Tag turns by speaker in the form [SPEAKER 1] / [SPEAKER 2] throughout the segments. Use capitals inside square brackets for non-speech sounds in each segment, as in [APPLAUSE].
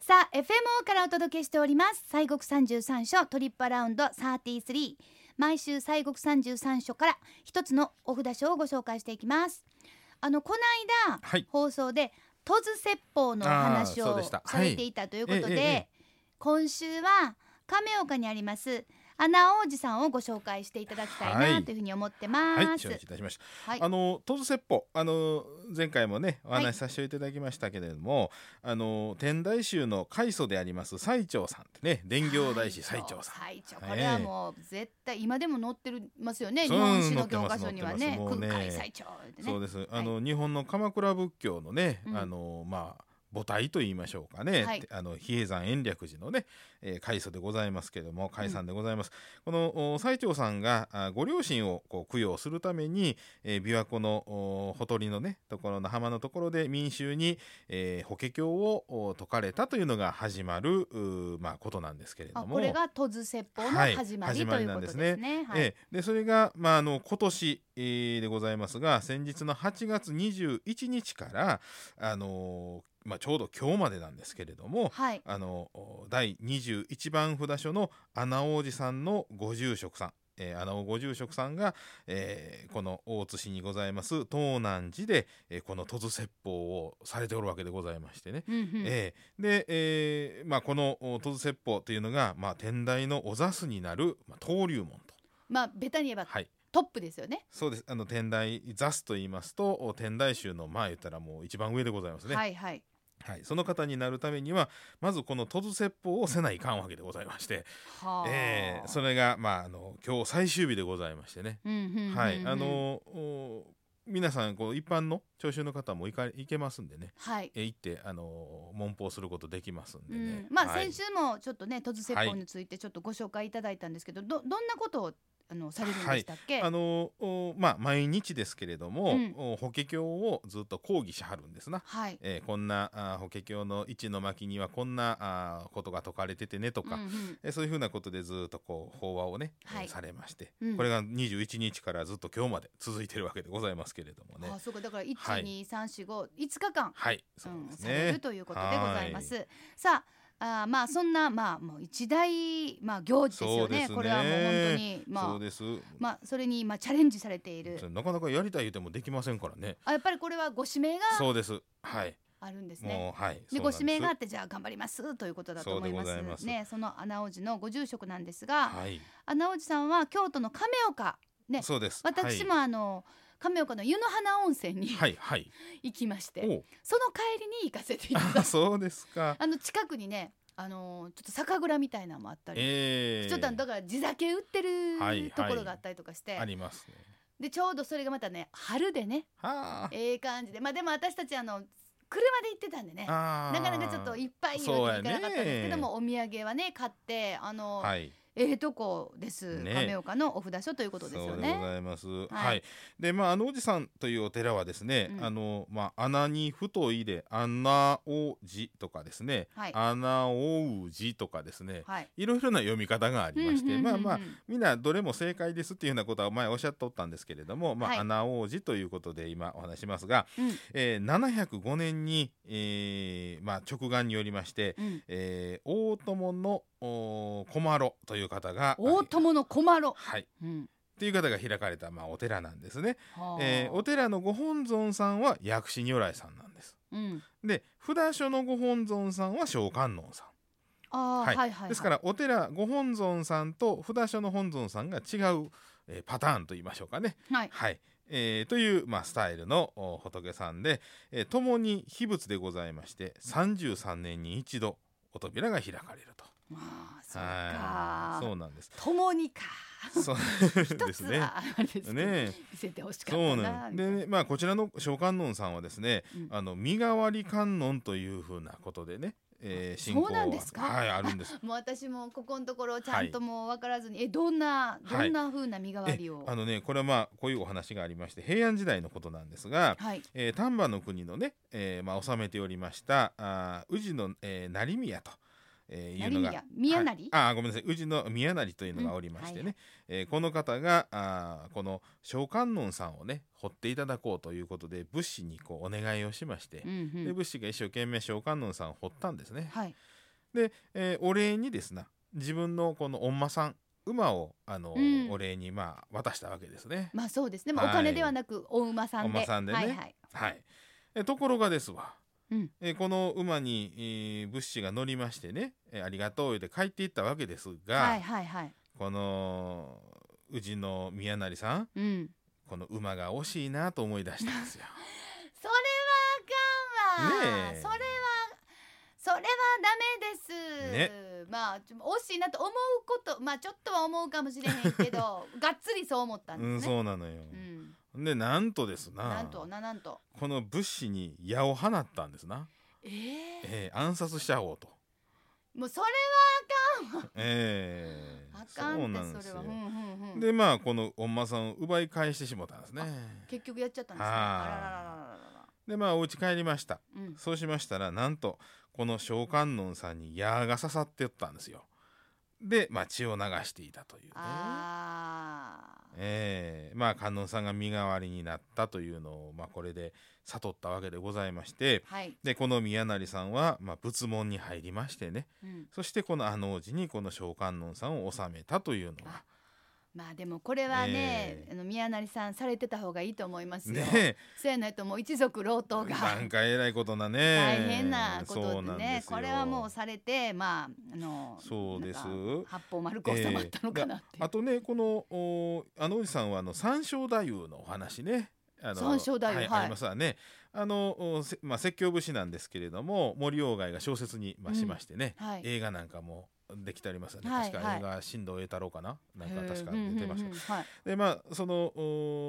[SPEAKER 1] さあ FMO からお届けしております西国三十三所トリップアラウンド33毎週西国三十三所から一つのお札書をご紹介していきますあのこの間、
[SPEAKER 2] はい
[SPEAKER 1] 放送で戸津説法のお話
[SPEAKER 2] あーそう
[SPEAKER 1] を
[SPEAKER 2] でした
[SPEAKER 1] されていたということで、
[SPEAKER 2] ええええ
[SPEAKER 1] 今週は亀岡にあります穴王子さんをご紹介していただきたい
[SPEAKER 2] は
[SPEAKER 1] ないというふうに思ってます、
[SPEAKER 2] はい承知いたしました、
[SPEAKER 1] はい
[SPEAKER 2] あの東図説法あの前回もねお
[SPEAKER 1] は
[SPEAKER 2] 話
[SPEAKER 1] い
[SPEAKER 2] しさせていただきましたけれども、あの天台宗の開祖であります最澄さんってね伝行大師最澄さん
[SPEAKER 1] 最澄
[SPEAKER 2] ええ
[SPEAKER 1] これはもう絶対今でも載ってますよね、
[SPEAKER 2] そ
[SPEAKER 1] 日
[SPEAKER 2] う
[SPEAKER 1] 本史の教科書には
[SPEAKER 2] 載
[SPEAKER 1] ね
[SPEAKER 2] ってますもうね
[SPEAKER 1] 空海最澄ってね
[SPEAKER 2] そうです。あの、日本の鎌倉仏教のね、
[SPEAKER 1] うん
[SPEAKER 2] あのまあ母体と言いましょうかね、
[SPEAKER 1] はい
[SPEAKER 2] あの比叡山延暦寺のね、えー、開祖でございますけれども開山でございます、このお最澄さんがあご両親をこう供養するために、えー、琵琶湖のおほとりのねところの浜のところで民衆に、えー、法華経をお説かれたというのが始まるうーまあことなんですけれ
[SPEAKER 1] あ
[SPEAKER 2] ども
[SPEAKER 1] これが戸津説法の
[SPEAKER 2] はい
[SPEAKER 1] 始まり,、
[SPEAKER 2] 始まり
[SPEAKER 1] とい
[SPEAKER 2] な
[SPEAKER 1] うんこ
[SPEAKER 2] で
[SPEAKER 1] と
[SPEAKER 2] す
[SPEAKER 1] で
[SPEAKER 2] ね
[SPEAKER 1] すね。はい
[SPEAKER 2] ええでそれが、まあ、あの今年、えーでございますが先日の8月21日から、あのーまあ、ちょうど今日までなんですけれども、
[SPEAKER 1] はい
[SPEAKER 2] あのお第21番札所の穴王子さんのご住職さん、えー、穴尾ご住職さんが、えーこの大津市にございます東南寺で、えーこの戸津説法をされておるわけでございましてね。
[SPEAKER 1] うんうん
[SPEAKER 2] ええで、えーまあ、このお戸津説法というのが、まあ、天台のお座主になる、まあ、登竜門と。
[SPEAKER 1] まあベタに言えば
[SPEAKER 2] はい
[SPEAKER 1] トップですよね。
[SPEAKER 2] そうですあの天台座主と言いますとお天台宗のまあ言ったらもう一番上でございますね、は
[SPEAKER 1] はいいはい
[SPEAKER 2] その方になるためにはまずこの戸津説法をせないかんわけでございまして、
[SPEAKER 1] はあ
[SPEAKER 2] ええそれが、まあ、あの今日最終日でございましてね、
[SPEAKER 1] うんうんうんうん
[SPEAKER 2] はいあのお皆さんこう一般の聴衆の方も行か行けますんでね
[SPEAKER 1] はい。
[SPEAKER 2] え行ってあの文法することできますん
[SPEAKER 1] う
[SPEAKER 2] でね
[SPEAKER 1] ん、、まあ
[SPEAKER 2] はい
[SPEAKER 1] 先週もちょっとね戸津説法についてちょっとご紹介いただいたんですけど、どどんなことをあのされるんでしたっけ？
[SPEAKER 2] あのおまあ毎日ですけれど
[SPEAKER 1] う
[SPEAKER 2] も、
[SPEAKER 1] ん
[SPEAKER 2] お法華経をずっと講義しはるんですな。
[SPEAKER 1] はい。
[SPEAKER 2] えーこんなあー法華経の一の巻にはこんなあーことが説かれててねとか、
[SPEAKER 1] うんうん
[SPEAKER 2] えーそういうふうなことでずっとこう法話をね、えー
[SPEAKER 1] はい
[SPEAKER 2] されまして、
[SPEAKER 1] うん
[SPEAKER 2] これが21日からずっと今日まで続いてるわけでございますけれどもね
[SPEAKER 1] あ。そうかだから一
[SPEAKER 2] はい
[SPEAKER 1] 二三四五五日間
[SPEAKER 2] はい、そううんです
[SPEAKER 1] され
[SPEAKER 2] ね
[SPEAKER 1] る。ということでございます。さあ、あーまあそんなまあもう一大まあ行事ですよ
[SPEAKER 2] そうで
[SPEAKER 1] ね。
[SPEAKER 2] すね
[SPEAKER 1] これはもう本当に
[SPEAKER 2] そ
[SPEAKER 1] ま
[SPEAKER 2] う
[SPEAKER 1] あ
[SPEAKER 2] です、
[SPEAKER 1] まあそれにまあチャレンジされている。
[SPEAKER 2] なかなかやりたい言うてもできませんからね。
[SPEAKER 1] あやっぱりこれはご指名が
[SPEAKER 2] そうです。はい、
[SPEAKER 1] あるんですね。
[SPEAKER 2] もうはい。
[SPEAKER 1] で
[SPEAKER 2] そう
[SPEAKER 1] ご
[SPEAKER 2] なんす
[SPEAKER 1] 指名があってじゃあ頑張りますということだと思います
[SPEAKER 2] そうでございます
[SPEAKER 1] ねその穴王子のご住職なんですが、
[SPEAKER 2] はい、
[SPEAKER 1] 穴王子さんは京都の亀岡ね
[SPEAKER 2] そうです。
[SPEAKER 1] 私もあの、亀岡の湯の花温泉に、
[SPEAKER 2] はい、はい、
[SPEAKER 1] 行きまして
[SPEAKER 2] はい。おう [LAUGHS]
[SPEAKER 1] その帰りに行かせていただい
[SPEAKER 2] あ
[SPEAKER 1] た
[SPEAKER 2] そうですか。
[SPEAKER 1] あの近くにね、あのーちょっと酒蔵みたいなのもあったり、
[SPEAKER 2] ええ
[SPEAKER 1] ちょっとあのだから地酒売ってる
[SPEAKER 2] はいはい
[SPEAKER 1] ところがあったりとかして、
[SPEAKER 2] ありますね。
[SPEAKER 1] でちょうどそれがまたね春でね
[SPEAKER 2] はあ。
[SPEAKER 1] ええ感じでまあでも私たちあの車で行ってたんでねな
[SPEAKER 2] な
[SPEAKER 1] かなかちょっといっぱいには行かなかったんですけども、お土産はね買ってあの、
[SPEAKER 2] はい、
[SPEAKER 1] ええとこです、
[SPEAKER 2] ね
[SPEAKER 1] 亀岡のお札所ということですよ
[SPEAKER 2] そうでご
[SPEAKER 1] ね。
[SPEAKER 2] ざいます。はい、
[SPEAKER 1] はい
[SPEAKER 2] で、まあ、あのおじさんというお寺はですね、
[SPEAKER 1] うん
[SPEAKER 2] あの、まあ、穴に太いで、穴おじとかですね。
[SPEAKER 1] はい
[SPEAKER 2] 穴おうじとかですね、
[SPEAKER 1] はい。
[SPEAKER 2] いろいろな読み方がありまして、まあまあ
[SPEAKER 1] う。ん
[SPEAKER 2] みんなどれも正解ですっていうようなことは前おっしゃっとったんですけれども、まあ
[SPEAKER 1] はい
[SPEAKER 2] 穴王子ということで今お話しますが、
[SPEAKER 1] うん
[SPEAKER 2] えー、705年に、えーまあ、直眼によりまして、
[SPEAKER 1] うんうん。
[SPEAKER 2] えー、大友のおー小麻呂という方が
[SPEAKER 1] 大友の小麻呂。
[SPEAKER 2] はい
[SPEAKER 1] うん。
[SPEAKER 2] という方が開かれた、まあ、お寺なんですね、
[SPEAKER 1] はあ
[SPEAKER 2] えーお寺のご本尊さんは薬師如来さんなんです
[SPEAKER 1] うん。
[SPEAKER 2] で札所のご本尊さんは小観音さん、
[SPEAKER 1] ああ、は、
[SPEAKER 2] はいい
[SPEAKER 1] はいはい。
[SPEAKER 2] ですからお寺ご本尊さんと札所の本尊さんが違う、えーパターンと言いましょうかね
[SPEAKER 1] はい。
[SPEAKER 2] はい、えーという、まあ、スタイルのお仏さんで、えー、共に秘仏でございまして33年に一度お扉が開かれると。
[SPEAKER 1] まあ、そう
[SPEAKER 2] は
[SPEAKER 1] か。
[SPEAKER 2] い、そうなんです。
[SPEAKER 1] 共にか。
[SPEAKER 2] そうで
[SPEAKER 1] 一
[SPEAKER 2] す
[SPEAKER 1] つ
[SPEAKER 2] ね。
[SPEAKER 1] はあれですね。
[SPEAKER 2] ね、
[SPEAKER 1] 見せてほしかっ
[SPEAKER 2] そう
[SPEAKER 1] た
[SPEAKER 2] な
[SPEAKER 1] な。
[SPEAKER 2] んで、ね、まあこちらの小観音さんはですね、
[SPEAKER 1] うん
[SPEAKER 2] あの身代わり観音というふうなことでね、えー、信仰
[SPEAKER 1] そうなんですか
[SPEAKER 2] ははいある
[SPEAKER 1] [LAUGHS]
[SPEAKER 2] んです。
[SPEAKER 1] もう私もここのところちゃんともう分からずに、えどんなどんな風な身代わ
[SPEAKER 2] え
[SPEAKER 1] りを、
[SPEAKER 2] あ
[SPEAKER 1] はい、
[SPEAKER 2] のねこれはまあこういうお話がありまして平安時代のことなんですが、
[SPEAKER 1] はい
[SPEAKER 2] えー丹波の国のね、えーまあ、治めておりましたあー宇治の、えー、成宮と、えーいうのが
[SPEAKER 1] 成宮宮成
[SPEAKER 2] はいあーごめんなさい宇治の宮成というのがおりましてね、
[SPEAKER 1] うんは
[SPEAKER 2] えーこの方があーこの小観音さんをね掘っていただこうということで物資にこうお願いをしまして
[SPEAKER 1] う、んう
[SPEAKER 2] で
[SPEAKER 1] ん
[SPEAKER 2] 物資が一生懸命小観音さんを掘ったんですね。
[SPEAKER 1] はい
[SPEAKER 2] で、えーお礼にですな自分のこのおんまさん馬をあの、
[SPEAKER 1] うん
[SPEAKER 2] お礼にまあ渡したわけですね。
[SPEAKER 1] まあそうですね、まあ、お金ではなくお馬さんで,、
[SPEAKER 2] お馬さんでね
[SPEAKER 1] はいはい
[SPEAKER 2] はい、えところがですわ、
[SPEAKER 1] うん
[SPEAKER 2] えこの馬に、えー物資が乗りましてね、えありがとう言うて帰っていったわけですが、
[SPEAKER 1] はいはいはい
[SPEAKER 2] この宇治の宮成さん
[SPEAKER 1] うん
[SPEAKER 2] この馬が惜しいなと思い出したんです
[SPEAKER 1] [LAUGHS]
[SPEAKER 2] よ。
[SPEAKER 1] それはあかんわ、
[SPEAKER 2] ねえ
[SPEAKER 1] それはそれはダメです、まあちょ惜しいなと思うことまあちょっとは思うかもしれへんけどがっつりそう思ったん
[SPEAKER 2] う
[SPEAKER 1] で
[SPEAKER 2] ん、
[SPEAKER 1] すね、
[SPEAKER 2] そうなのよ。
[SPEAKER 1] うん
[SPEAKER 2] でなんとですな
[SPEAKER 1] なんとななんと
[SPEAKER 2] この物資に矢を放ったんですな、
[SPEAKER 1] ええ
[SPEAKER 2] えー暗殺しちゃおうと。
[SPEAKER 1] もうそれ
[SPEAKER 2] えー
[SPEAKER 1] はあかん
[SPEAKER 2] そうなん
[SPEAKER 1] っ
[SPEAKER 2] で
[SPEAKER 1] て
[SPEAKER 2] す
[SPEAKER 1] それ
[SPEAKER 2] よ
[SPEAKER 1] はうんうんうん
[SPEAKER 2] でまあこのおんまさんを奪い返してしまったんですね。
[SPEAKER 1] 結局やっちゃったんですね
[SPEAKER 2] は
[SPEAKER 1] あ
[SPEAKER 2] あ
[SPEAKER 1] らららららら
[SPEAKER 2] でまあお家帰りました。
[SPEAKER 1] うん
[SPEAKER 2] そうしましたらなんとこの小観音さんに矢が刺さってったんですよ。で、まあ、血を流していたというね。
[SPEAKER 1] あー
[SPEAKER 2] ええまあ観音さんが身代わりになったというのを、まあ、これで悟ったわけでございまして
[SPEAKER 1] はい、
[SPEAKER 2] でこの宮成さんは、まあ、仏門に入りましてね
[SPEAKER 1] うん、
[SPEAKER 2] そしてこの阿能寺にこの小観音さんを収めたというのが
[SPEAKER 1] まあでもこれはね
[SPEAKER 2] え、え
[SPEAKER 1] あの宮成さんされてた方がいいと思いますよ、
[SPEAKER 2] ね
[SPEAKER 1] そうやないともう一族老頭が
[SPEAKER 2] なんかえらいことなね
[SPEAKER 1] 大変なこと
[SPEAKER 2] そ
[SPEAKER 1] で
[SPEAKER 2] うなん
[SPEAKER 1] ね
[SPEAKER 2] すよ
[SPEAKER 1] これはもうされてまああの
[SPEAKER 2] そうです
[SPEAKER 1] なんか八方丸く収まったのかなっていう、
[SPEAKER 2] あとねこのおあのおじさんはあの三正太夫のお話ね。あの
[SPEAKER 1] 三正太夫
[SPEAKER 2] はい
[SPEAKER 1] はい
[SPEAKER 2] ありますわね。あのおせまあ説教節なんですけれども森鴎外が小説にまあ
[SPEAKER 1] うん
[SPEAKER 2] しましてね、
[SPEAKER 1] はい
[SPEAKER 2] 映画なんかもできてありますよね。
[SPEAKER 1] はい
[SPEAKER 2] 確
[SPEAKER 1] は
[SPEAKER 2] か
[SPEAKER 1] い
[SPEAKER 2] 映画新藤栄太郎かななんか
[SPEAKER 1] へえ
[SPEAKER 2] 確か出てました。
[SPEAKER 1] うんうんうんはい
[SPEAKER 2] でまあその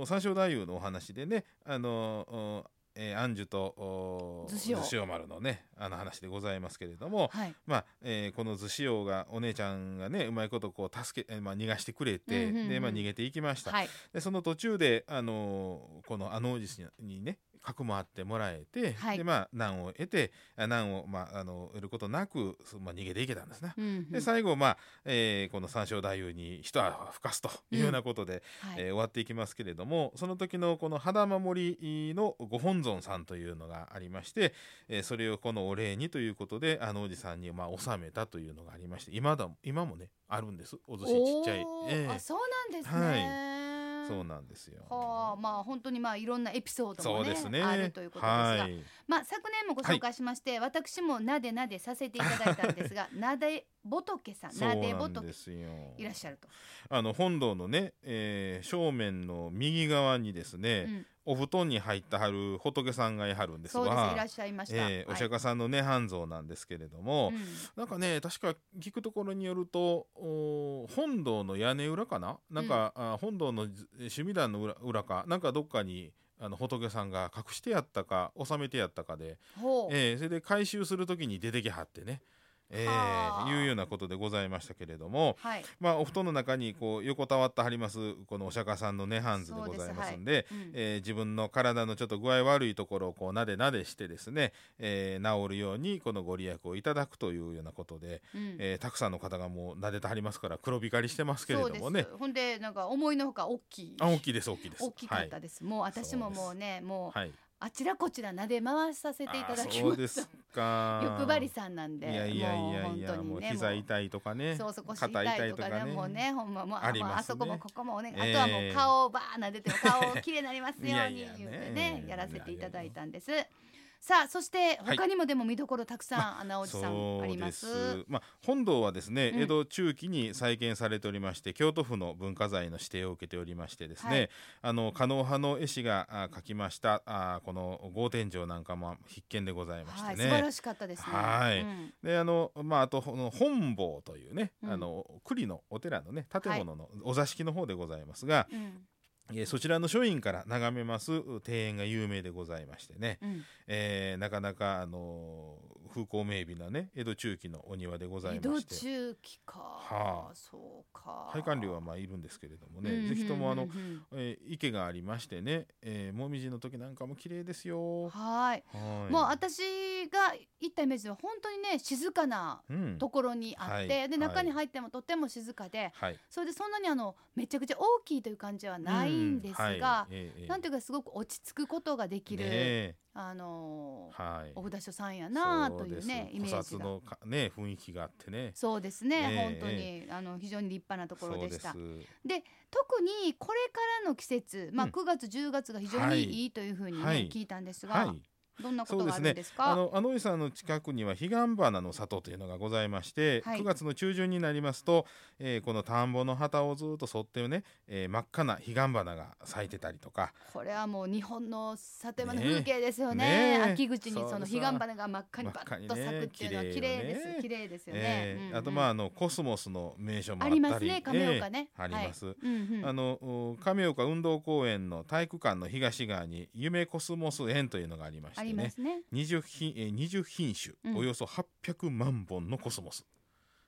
[SPEAKER 2] お三正太夫のお話でねあのおえー、安寿とお
[SPEAKER 1] 図子王
[SPEAKER 2] 丸のねあの話でございますけれども、
[SPEAKER 1] はい
[SPEAKER 2] まあえーこの図子王がお姉ちゃんがねうまいことこう助け、えーまあ、逃がしてくれ
[SPEAKER 1] う
[SPEAKER 2] て、
[SPEAKER 1] んうんうん
[SPEAKER 2] でまあ、逃げていきました、
[SPEAKER 1] はい
[SPEAKER 2] でその途中で、あのーこのあのおじにねかくまってもらえて、
[SPEAKER 1] はい
[SPEAKER 2] でまあ難を得てあ難を、まあ、あの得ることなく、そまあ、逃げていけたんですね。
[SPEAKER 1] うんうん
[SPEAKER 2] で最後、まあえーこの三正太夫に一泡吹かすというようなことで、
[SPEAKER 1] はい
[SPEAKER 2] えー終わっていきますけれどもその時のこの肌守りのご本尊さんというのがありまして、えーそれをこのお礼にということであのおじさんにまあ納めたというのがありまして今だ今もねあるんですお寿司ちっちゃい、
[SPEAKER 1] おー
[SPEAKER 2] ええ
[SPEAKER 1] あそうなんですね、
[SPEAKER 2] そうなんですよ。
[SPEAKER 1] はあまあ本当にまあいろんなエピソード
[SPEAKER 2] そ
[SPEAKER 1] も
[SPEAKER 2] うで
[SPEAKER 1] ね
[SPEAKER 2] すね
[SPEAKER 1] あるということですが、
[SPEAKER 2] はい、
[SPEAKER 1] まあ昨年もご紹介しまして、私もなでなでさせていただいたん
[SPEAKER 2] [LAUGHS]
[SPEAKER 1] ですがなで仏さん
[SPEAKER 2] そう
[SPEAKER 1] なで
[SPEAKER 2] なんで
[SPEAKER 1] 仏
[SPEAKER 2] すよ
[SPEAKER 1] いらっしゃると、
[SPEAKER 2] あの本堂のね、えー正面の右側にです
[SPEAKER 1] う
[SPEAKER 2] ね、
[SPEAKER 1] ん、
[SPEAKER 2] お布団に入ってはる仏さんがいはるんです
[SPEAKER 1] そうですいら
[SPEAKER 2] が
[SPEAKER 1] っしゃいました、
[SPEAKER 2] えーお釈迦さんのね半蔵なんですけれども、
[SPEAKER 1] はいうん
[SPEAKER 2] なんかね確か聞くところによるとおー本堂の屋根裏かななんか、あ本堂のず趣味団の裏裏かなんかどっかにあの仏さんが隠してやったか納めてやったかで、
[SPEAKER 1] ほう、
[SPEAKER 2] えーそれで回収する時に出てきはってね、えー
[SPEAKER 1] はあ
[SPEAKER 2] いうようなことでございましたけれども。
[SPEAKER 1] はい、
[SPEAKER 2] まあ、お布団の中にこう横たわってはりますこのお釈迦さんのねハンズでございますんで
[SPEAKER 1] うん
[SPEAKER 2] えー自分の体のちょっと具合悪いところをこうなでなでしてですね、えー治るようにこのご利益をいただくというようなことで、
[SPEAKER 1] [LAUGHS] うん
[SPEAKER 2] えーたくさんの方がもうなでてはりますから黒光りしてますけれどもね
[SPEAKER 1] そうですほんでなんか思いのほか大きい
[SPEAKER 2] あ大きいです大きいです
[SPEAKER 1] 大きかったです、もう私ももうねもう、
[SPEAKER 2] はい、はい、
[SPEAKER 1] あちらこちらなで回させていただ
[SPEAKER 2] あ
[SPEAKER 1] き
[SPEAKER 2] そ
[SPEAKER 1] ま
[SPEAKER 2] うで
[SPEAKER 1] した
[SPEAKER 2] すか
[SPEAKER 1] 欲張りさんなん
[SPEAKER 2] い
[SPEAKER 1] で
[SPEAKER 2] やいやいやいやも
[SPEAKER 1] も
[SPEAKER 2] う
[SPEAKER 1] う本当にね
[SPEAKER 2] 膝痛いとかね
[SPEAKER 1] そうそこ知りたいとかねもうねほんまもうあ
[SPEAKER 2] ありますね
[SPEAKER 1] あそこもここもお願い、
[SPEAKER 2] ええ
[SPEAKER 1] あとはもう顔をバーなでても顔をきれいになりますように
[SPEAKER 2] いやいやね
[SPEAKER 1] 言うてね
[SPEAKER 2] ええ
[SPEAKER 1] やらせていただいたんですさあそして
[SPEAKER 2] はい
[SPEAKER 1] 他にもでも見どころたくさん、穴おじさんあります
[SPEAKER 2] そうですまあ、本堂はですね、
[SPEAKER 1] うん
[SPEAKER 2] 江戸中期に再建されておりまして京都府の文化財の指定を受けておりましてですね、
[SPEAKER 1] はい
[SPEAKER 2] あの狩野派の絵師があ描きましたあこの「豪天井」なんかも必見でございまし
[SPEAKER 1] は
[SPEAKER 2] て
[SPEAKER 1] い、
[SPEAKER 2] ね。
[SPEAKER 1] 素晴らしかったですね
[SPEAKER 2] はい
[SPEAKER 1] うん
[SPEAKER 2] であのまあ、あとこの本坊というね、
[SPEAKER 1] うん
[SPEAKER 2] あの栗のお寺のね建物のお座敷の方でございますが、
[SPEAKER 1] うん
[SPEAKER 2] えーそちらの書院から眺めますう庭園が有名でございましてね、
[SPEAKER 1] うん
[SPEAKER 2] えーなかなか、あのー風光明媚なね江戸中期のお庭でござ
[SPEAKER 1] 江
[SPEAKER 2] いま
[SPEAKER 1] 戸
[SPEAKER 2] して
[SPEAKER 1] 中期か、
[SPEAKER 2] はあ
[SPEAKER 1] そうか
[SPEAKER 2] 配管料はまあいるんですけれどもね、
[SPEAKER 1] うんうんうんうん
[SPEAKER 2] ぜひともあの、えー池がありましてね、えー、もみじの時なんかも綺麗ですよ。
[SPEAKER 1] はい
[SPEAKER 2] はい
[SPEAKER 1] もう私が行ったイメージは本当にね静かな
[SPEAKER 2] うん
[SPEAKER 1] ところにあって、
[SPEAKER 2] はい
[SPEAKER 1] で中に入ってもとても静かで、
[SPEAKER 2] はい、
[SPEAKER 1] それでそんなにあのめちゃくちゃ大きいという感じはないいんですが、なんて
[SPEAKER 2] て
[SPEAKER 1] いうかすごく落ち着くことができる、
[SPEAKER 2] ねえ
[SPEAKER 1] あのー
[SPEAKER 2] はい
[SPEAKER 1] お札所さんやなあというねイ
[SPEAKER 2] そう
[SPEAKER 1] メ
[SPEAKER 2] です
[SPEAKER 1] ージ
[SPEAKER 2] 古刹
[SPEAKER 1] が
[SPEAKER 2] のかね雰囲気があってね
[SPEAKER 1] そうです
[SPEAKER 2] え
[SPEAKER 1] ね、
[SPEAKER 2] え
[SPEAKER 1] 本当に、
[SPEAKER 2] え
[SPEAKER 1] あの非常に立派なところでした
[SPEAKER 2] そうです
[SPEAKER 1] 特にこれからの季節、まあ、
[SPEAKER 2] うん
[SPEAKER 1] 9月10月が非常
[SPEAKER 2] は
[SPEAKER 1] に
[SPEAKER 2] い
[SPEAKER 1] いいというふうに、ね
[SPEAKER 2] はい
[SPEAKER 1] 聞いたんですが、
[SPEAKER 2] はい
[SPEAKER 1] どんなことがあ
[SPEAKER 2] そうです
[SPEAKER 1] る
[SPEAKER 2] ね
[SPEAKER 1] んです
[SPEAKER 2] あ
[SPEAKER 1] か
[SPEAKER 2] のあの井さんの近くには彼岸花の里というのがございまして、
[SPEAKER 1] はい
[SPEAKER 2] 9月の中旬になりますと、えーこの田んぼの旗をずっと沿ってね、えー真っ赤な彼岸花が咲いてたりとか
[SPEAKER 1] これはもう日本の里山の
[SPEAKER 2] ねえ
[SPEAKER 1] 風景ですよね
[SPEAKER 2] ねえ
[SPEAKER 1] 秋口にその
[SPEAKER 2] そ
[SPEAKER 1] 彼
[SPEAKER 2] うです
[SPEAKER 1] 岸花が真っ赤に
[SPEAKER 2] 真
[SPEAKER 1] バ
[SPEAKER 2] っ赤
[SPEAKER 1] ッ
[SPEAKER 2] に
[SPEAKER 1] と
[SPEAKER 2] ね
[SPEAKER 1] 咲くっていうのは綺麗です
[SPEAKER 2] 綺麗よね
[SPEAKER 1] 綺麗ですよね、
[SPEAKER 2] えー
[SPEAKER 1] うんうん
[SPEAKER 2] あとまああのコスモスの名所もあ
[SPEAKER 1] あ
[SPEAKER 2] った
[SPEAKER 1] り
[SPEAKER 2] り
[SPEAKER 1] ますね亀岡ね、
[SPEAKER 2] えーあります、
[SPEAKER 1] はいうんうん
[SPEAKER 2] あのお亀岡運動公園の体育館の東側に夢コスモス園というのがありまし
[SPEAKER 1] あ
[SPEAKER 2] て
[SPEAKER 1] りま
[SPEAKER 2] ね
[SPEAKER 1] すね
[SPEAKER 2] 20品えー20品種、
[SPEAKER 1] うん
[SPEAKER 2] およそ800万本のコスモス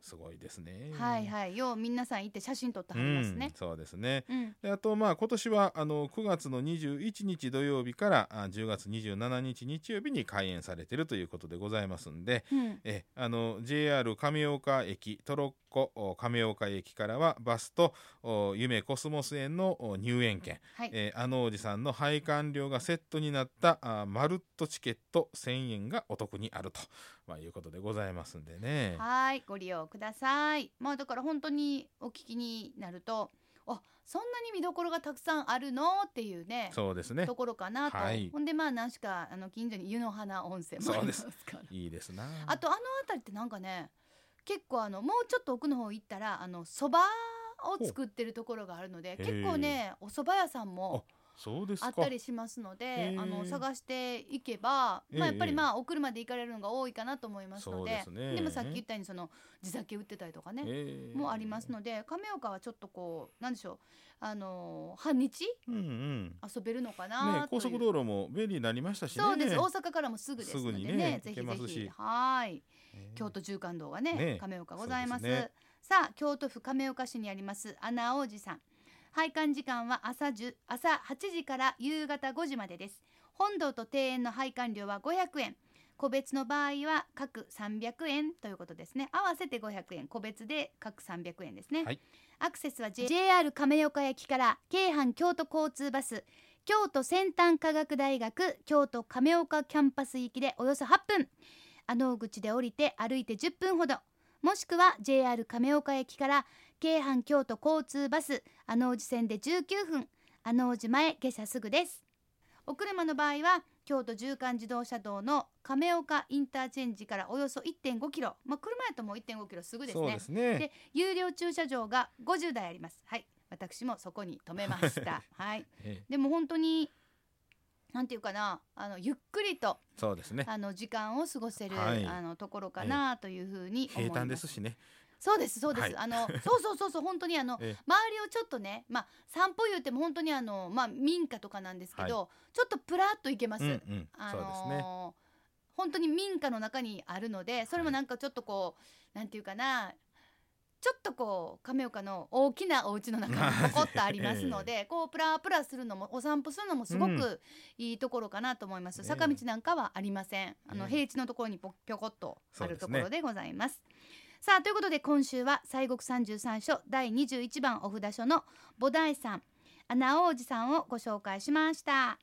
[SPEAKER 2] すごいですね。
[SPEAKER 1] はいはいよう皆さん行って写真撮ってはります
[SPEAKER 2] うん
[SPEAKER 1] ね、
[SPEAKER 2] そうですね
[SPEAKER 1] うん
[SPEAKER 2] であとまあ今年はあの9月の21日土曜日からあ10月27日日曜日に開園されているということでございますんで
[SPEAKER 1] うん
[SPEAKER 2] えあの JR 亀岡駅トロッコお亀岡駅からはバスとお夢コスモス園のお入園券
[SPEAKER 1] はい、
[SPEAKER 2] えー、あのおじさんの配管料がセットになったあーまるっとチケット1000円がお得にあると、まあ、いうことでございますんでね。
[SPEAKER 1] はいご利用くださいまあだから本当にお聞きになるとあそんなに見どころがたくさんあるのっていうね
[SPEAKER 2] そうですね
[SPEAKER 1] と。ころかなと、
[SPEAKER 2] はい
[SPEAKER 1] ほんでまあ何しかあの近所に湯の花温泉もありますから
[SPEAKER 2] いいですな。
[SPEAKER 1] あとあの辺りってなんかね結構あのもうちょっと奥の方行ったらあのそばを作ってるところがあるので
[SPEAKER 2] ほう
[SPEAKER 1] 結構ねお蕎麦屋さんも
[SPEAKER 2] そうです
[SPEAKER 1] あ
[SPEAKER 2] か。
[SPEAKER 1] ったりしますので
[SPEAKER 2] へー
[SPEAKER 1] あの探していけば、
[SPEAKER 2] ええ
[SPEAKER 1] まあ、やっぱりまあお車で行かれるのが多いかなと思いますので
[SPEAKER 2] そうですね
[SPEAKER 1] もさっき言ったようにその地酒売ってたりとかね、
[SPEAKER 2] えー
[SPEAKER 1] もありますので亀岡はちょっとこうなんでしょうあのー半日
[SPEAKER 2] うんうん。ね
[SPEAKER 1] 遊べるのかなとい
[SPEAKER 2] 高
[SPEAKER 1] う、
[SPEAKER 2] 速道路も便利になりましたしね。
[SPEAKER 1] そうです大阪からもすぐですのでね
[SPEAKER 2] すぐにね
[SPEAKER 1] ぜひ
[SPEAKER 2] 行けま
[SPEAKER 1] ぜ
[SPEAKER 2] すし
[SPEAKER 1] ひはい
[SPEAKER 2] えー
[SPEAKER 1] 京都縦貫道がね
[SPEAKER 2] ねえ
[SPEAKER 1] 亀岡ございます
[SPEAKER 2] そうですね
[SPEAKER 1] さあ京都府亀岡市にありますアナ王子さん拝観時間は朝10朝8時から夕方5時までです本堂と庭園の拝観料は500円個別の場合は各300円ということですね合わせて500円個別で各300円ですね、
[SPEAKER 2] はい
[SPEAKER 1] アクセスは J- JR 亀岡駅から京阪京都交通バス京都先端科学大学京都亀岡キャンパス行きでおよそ8分あの口で降りて歩いて10分ほどもしくは JR 亀岡駅から京阪京都交通バスあのじ線で19分あのじ前下車すぐですお車の場合は京都縦貫自動車道の亀岡インターチェンジからおよそ1.5キロまあ車やともう1.5キロすぐですね
[SPEAKER 2] そうですね。
[SPEAKER 1] で有料駐車場が50台ありますはい私もそこに止めましたはい
[SPEAKER 2] え
[SPEAKER 1] でも本当になんていうかなあのゆっくりと
[SPEAKER 2] ーそうですね。
[SPEAKER 1] あの時間を過ごせる、
[SPEAKER 2] はい
[SPEAKER 1] あのところかなというふうに思いま
[SPEAKER 2] 平
[SPEAKER 1] す。
[SPEAKER 2] 坦ですしね。
[SPEAKER 1] そうですそうです。
[SPEAKER 2] はい
[SPEAKER 1] あの
[SPEAKER 2] [LAUGHS]
[SPEAKER 1] そうそうそうそう本当にあの周り
[SPEAKER 2] え
[SPEAKER 1] をちょっとねまあ散歩言っても本当にあのまあ民家とかなんですけど、ちょっとプラっと行けます。
[SPEAKER 2] ーうんうん。
[SPEAKER 1] あ
[SPEAKER 2] そうですね。
[SPEAKER 1] のー本当に民家の中にあるのでそれもなんかちょっとこう、なんていうかなちょっとこう亀岡の大きなお家の中
[SPEAKER 2] [LAUGHS]
[SPEAKER 1] にポコッとありますので、こうプラプラするのもお散歩するのもすご
[SPEAKER 2] う
[SPEAKER 1] くいいところかなと思います、
[SPEAKER 2] ええ
[SPEAKER 1] 坂道なんかはありませんあの、
[SPEAKER 2] ええ
[SPEAKER 1] 平地のところにぽぴょこっとあるところ
[SPEAKER 2] そう
[SPEAKER 1] でございます。さあということで今週は西国三十三所第21番お札所の菩提さん穴王子さんをご紹介しました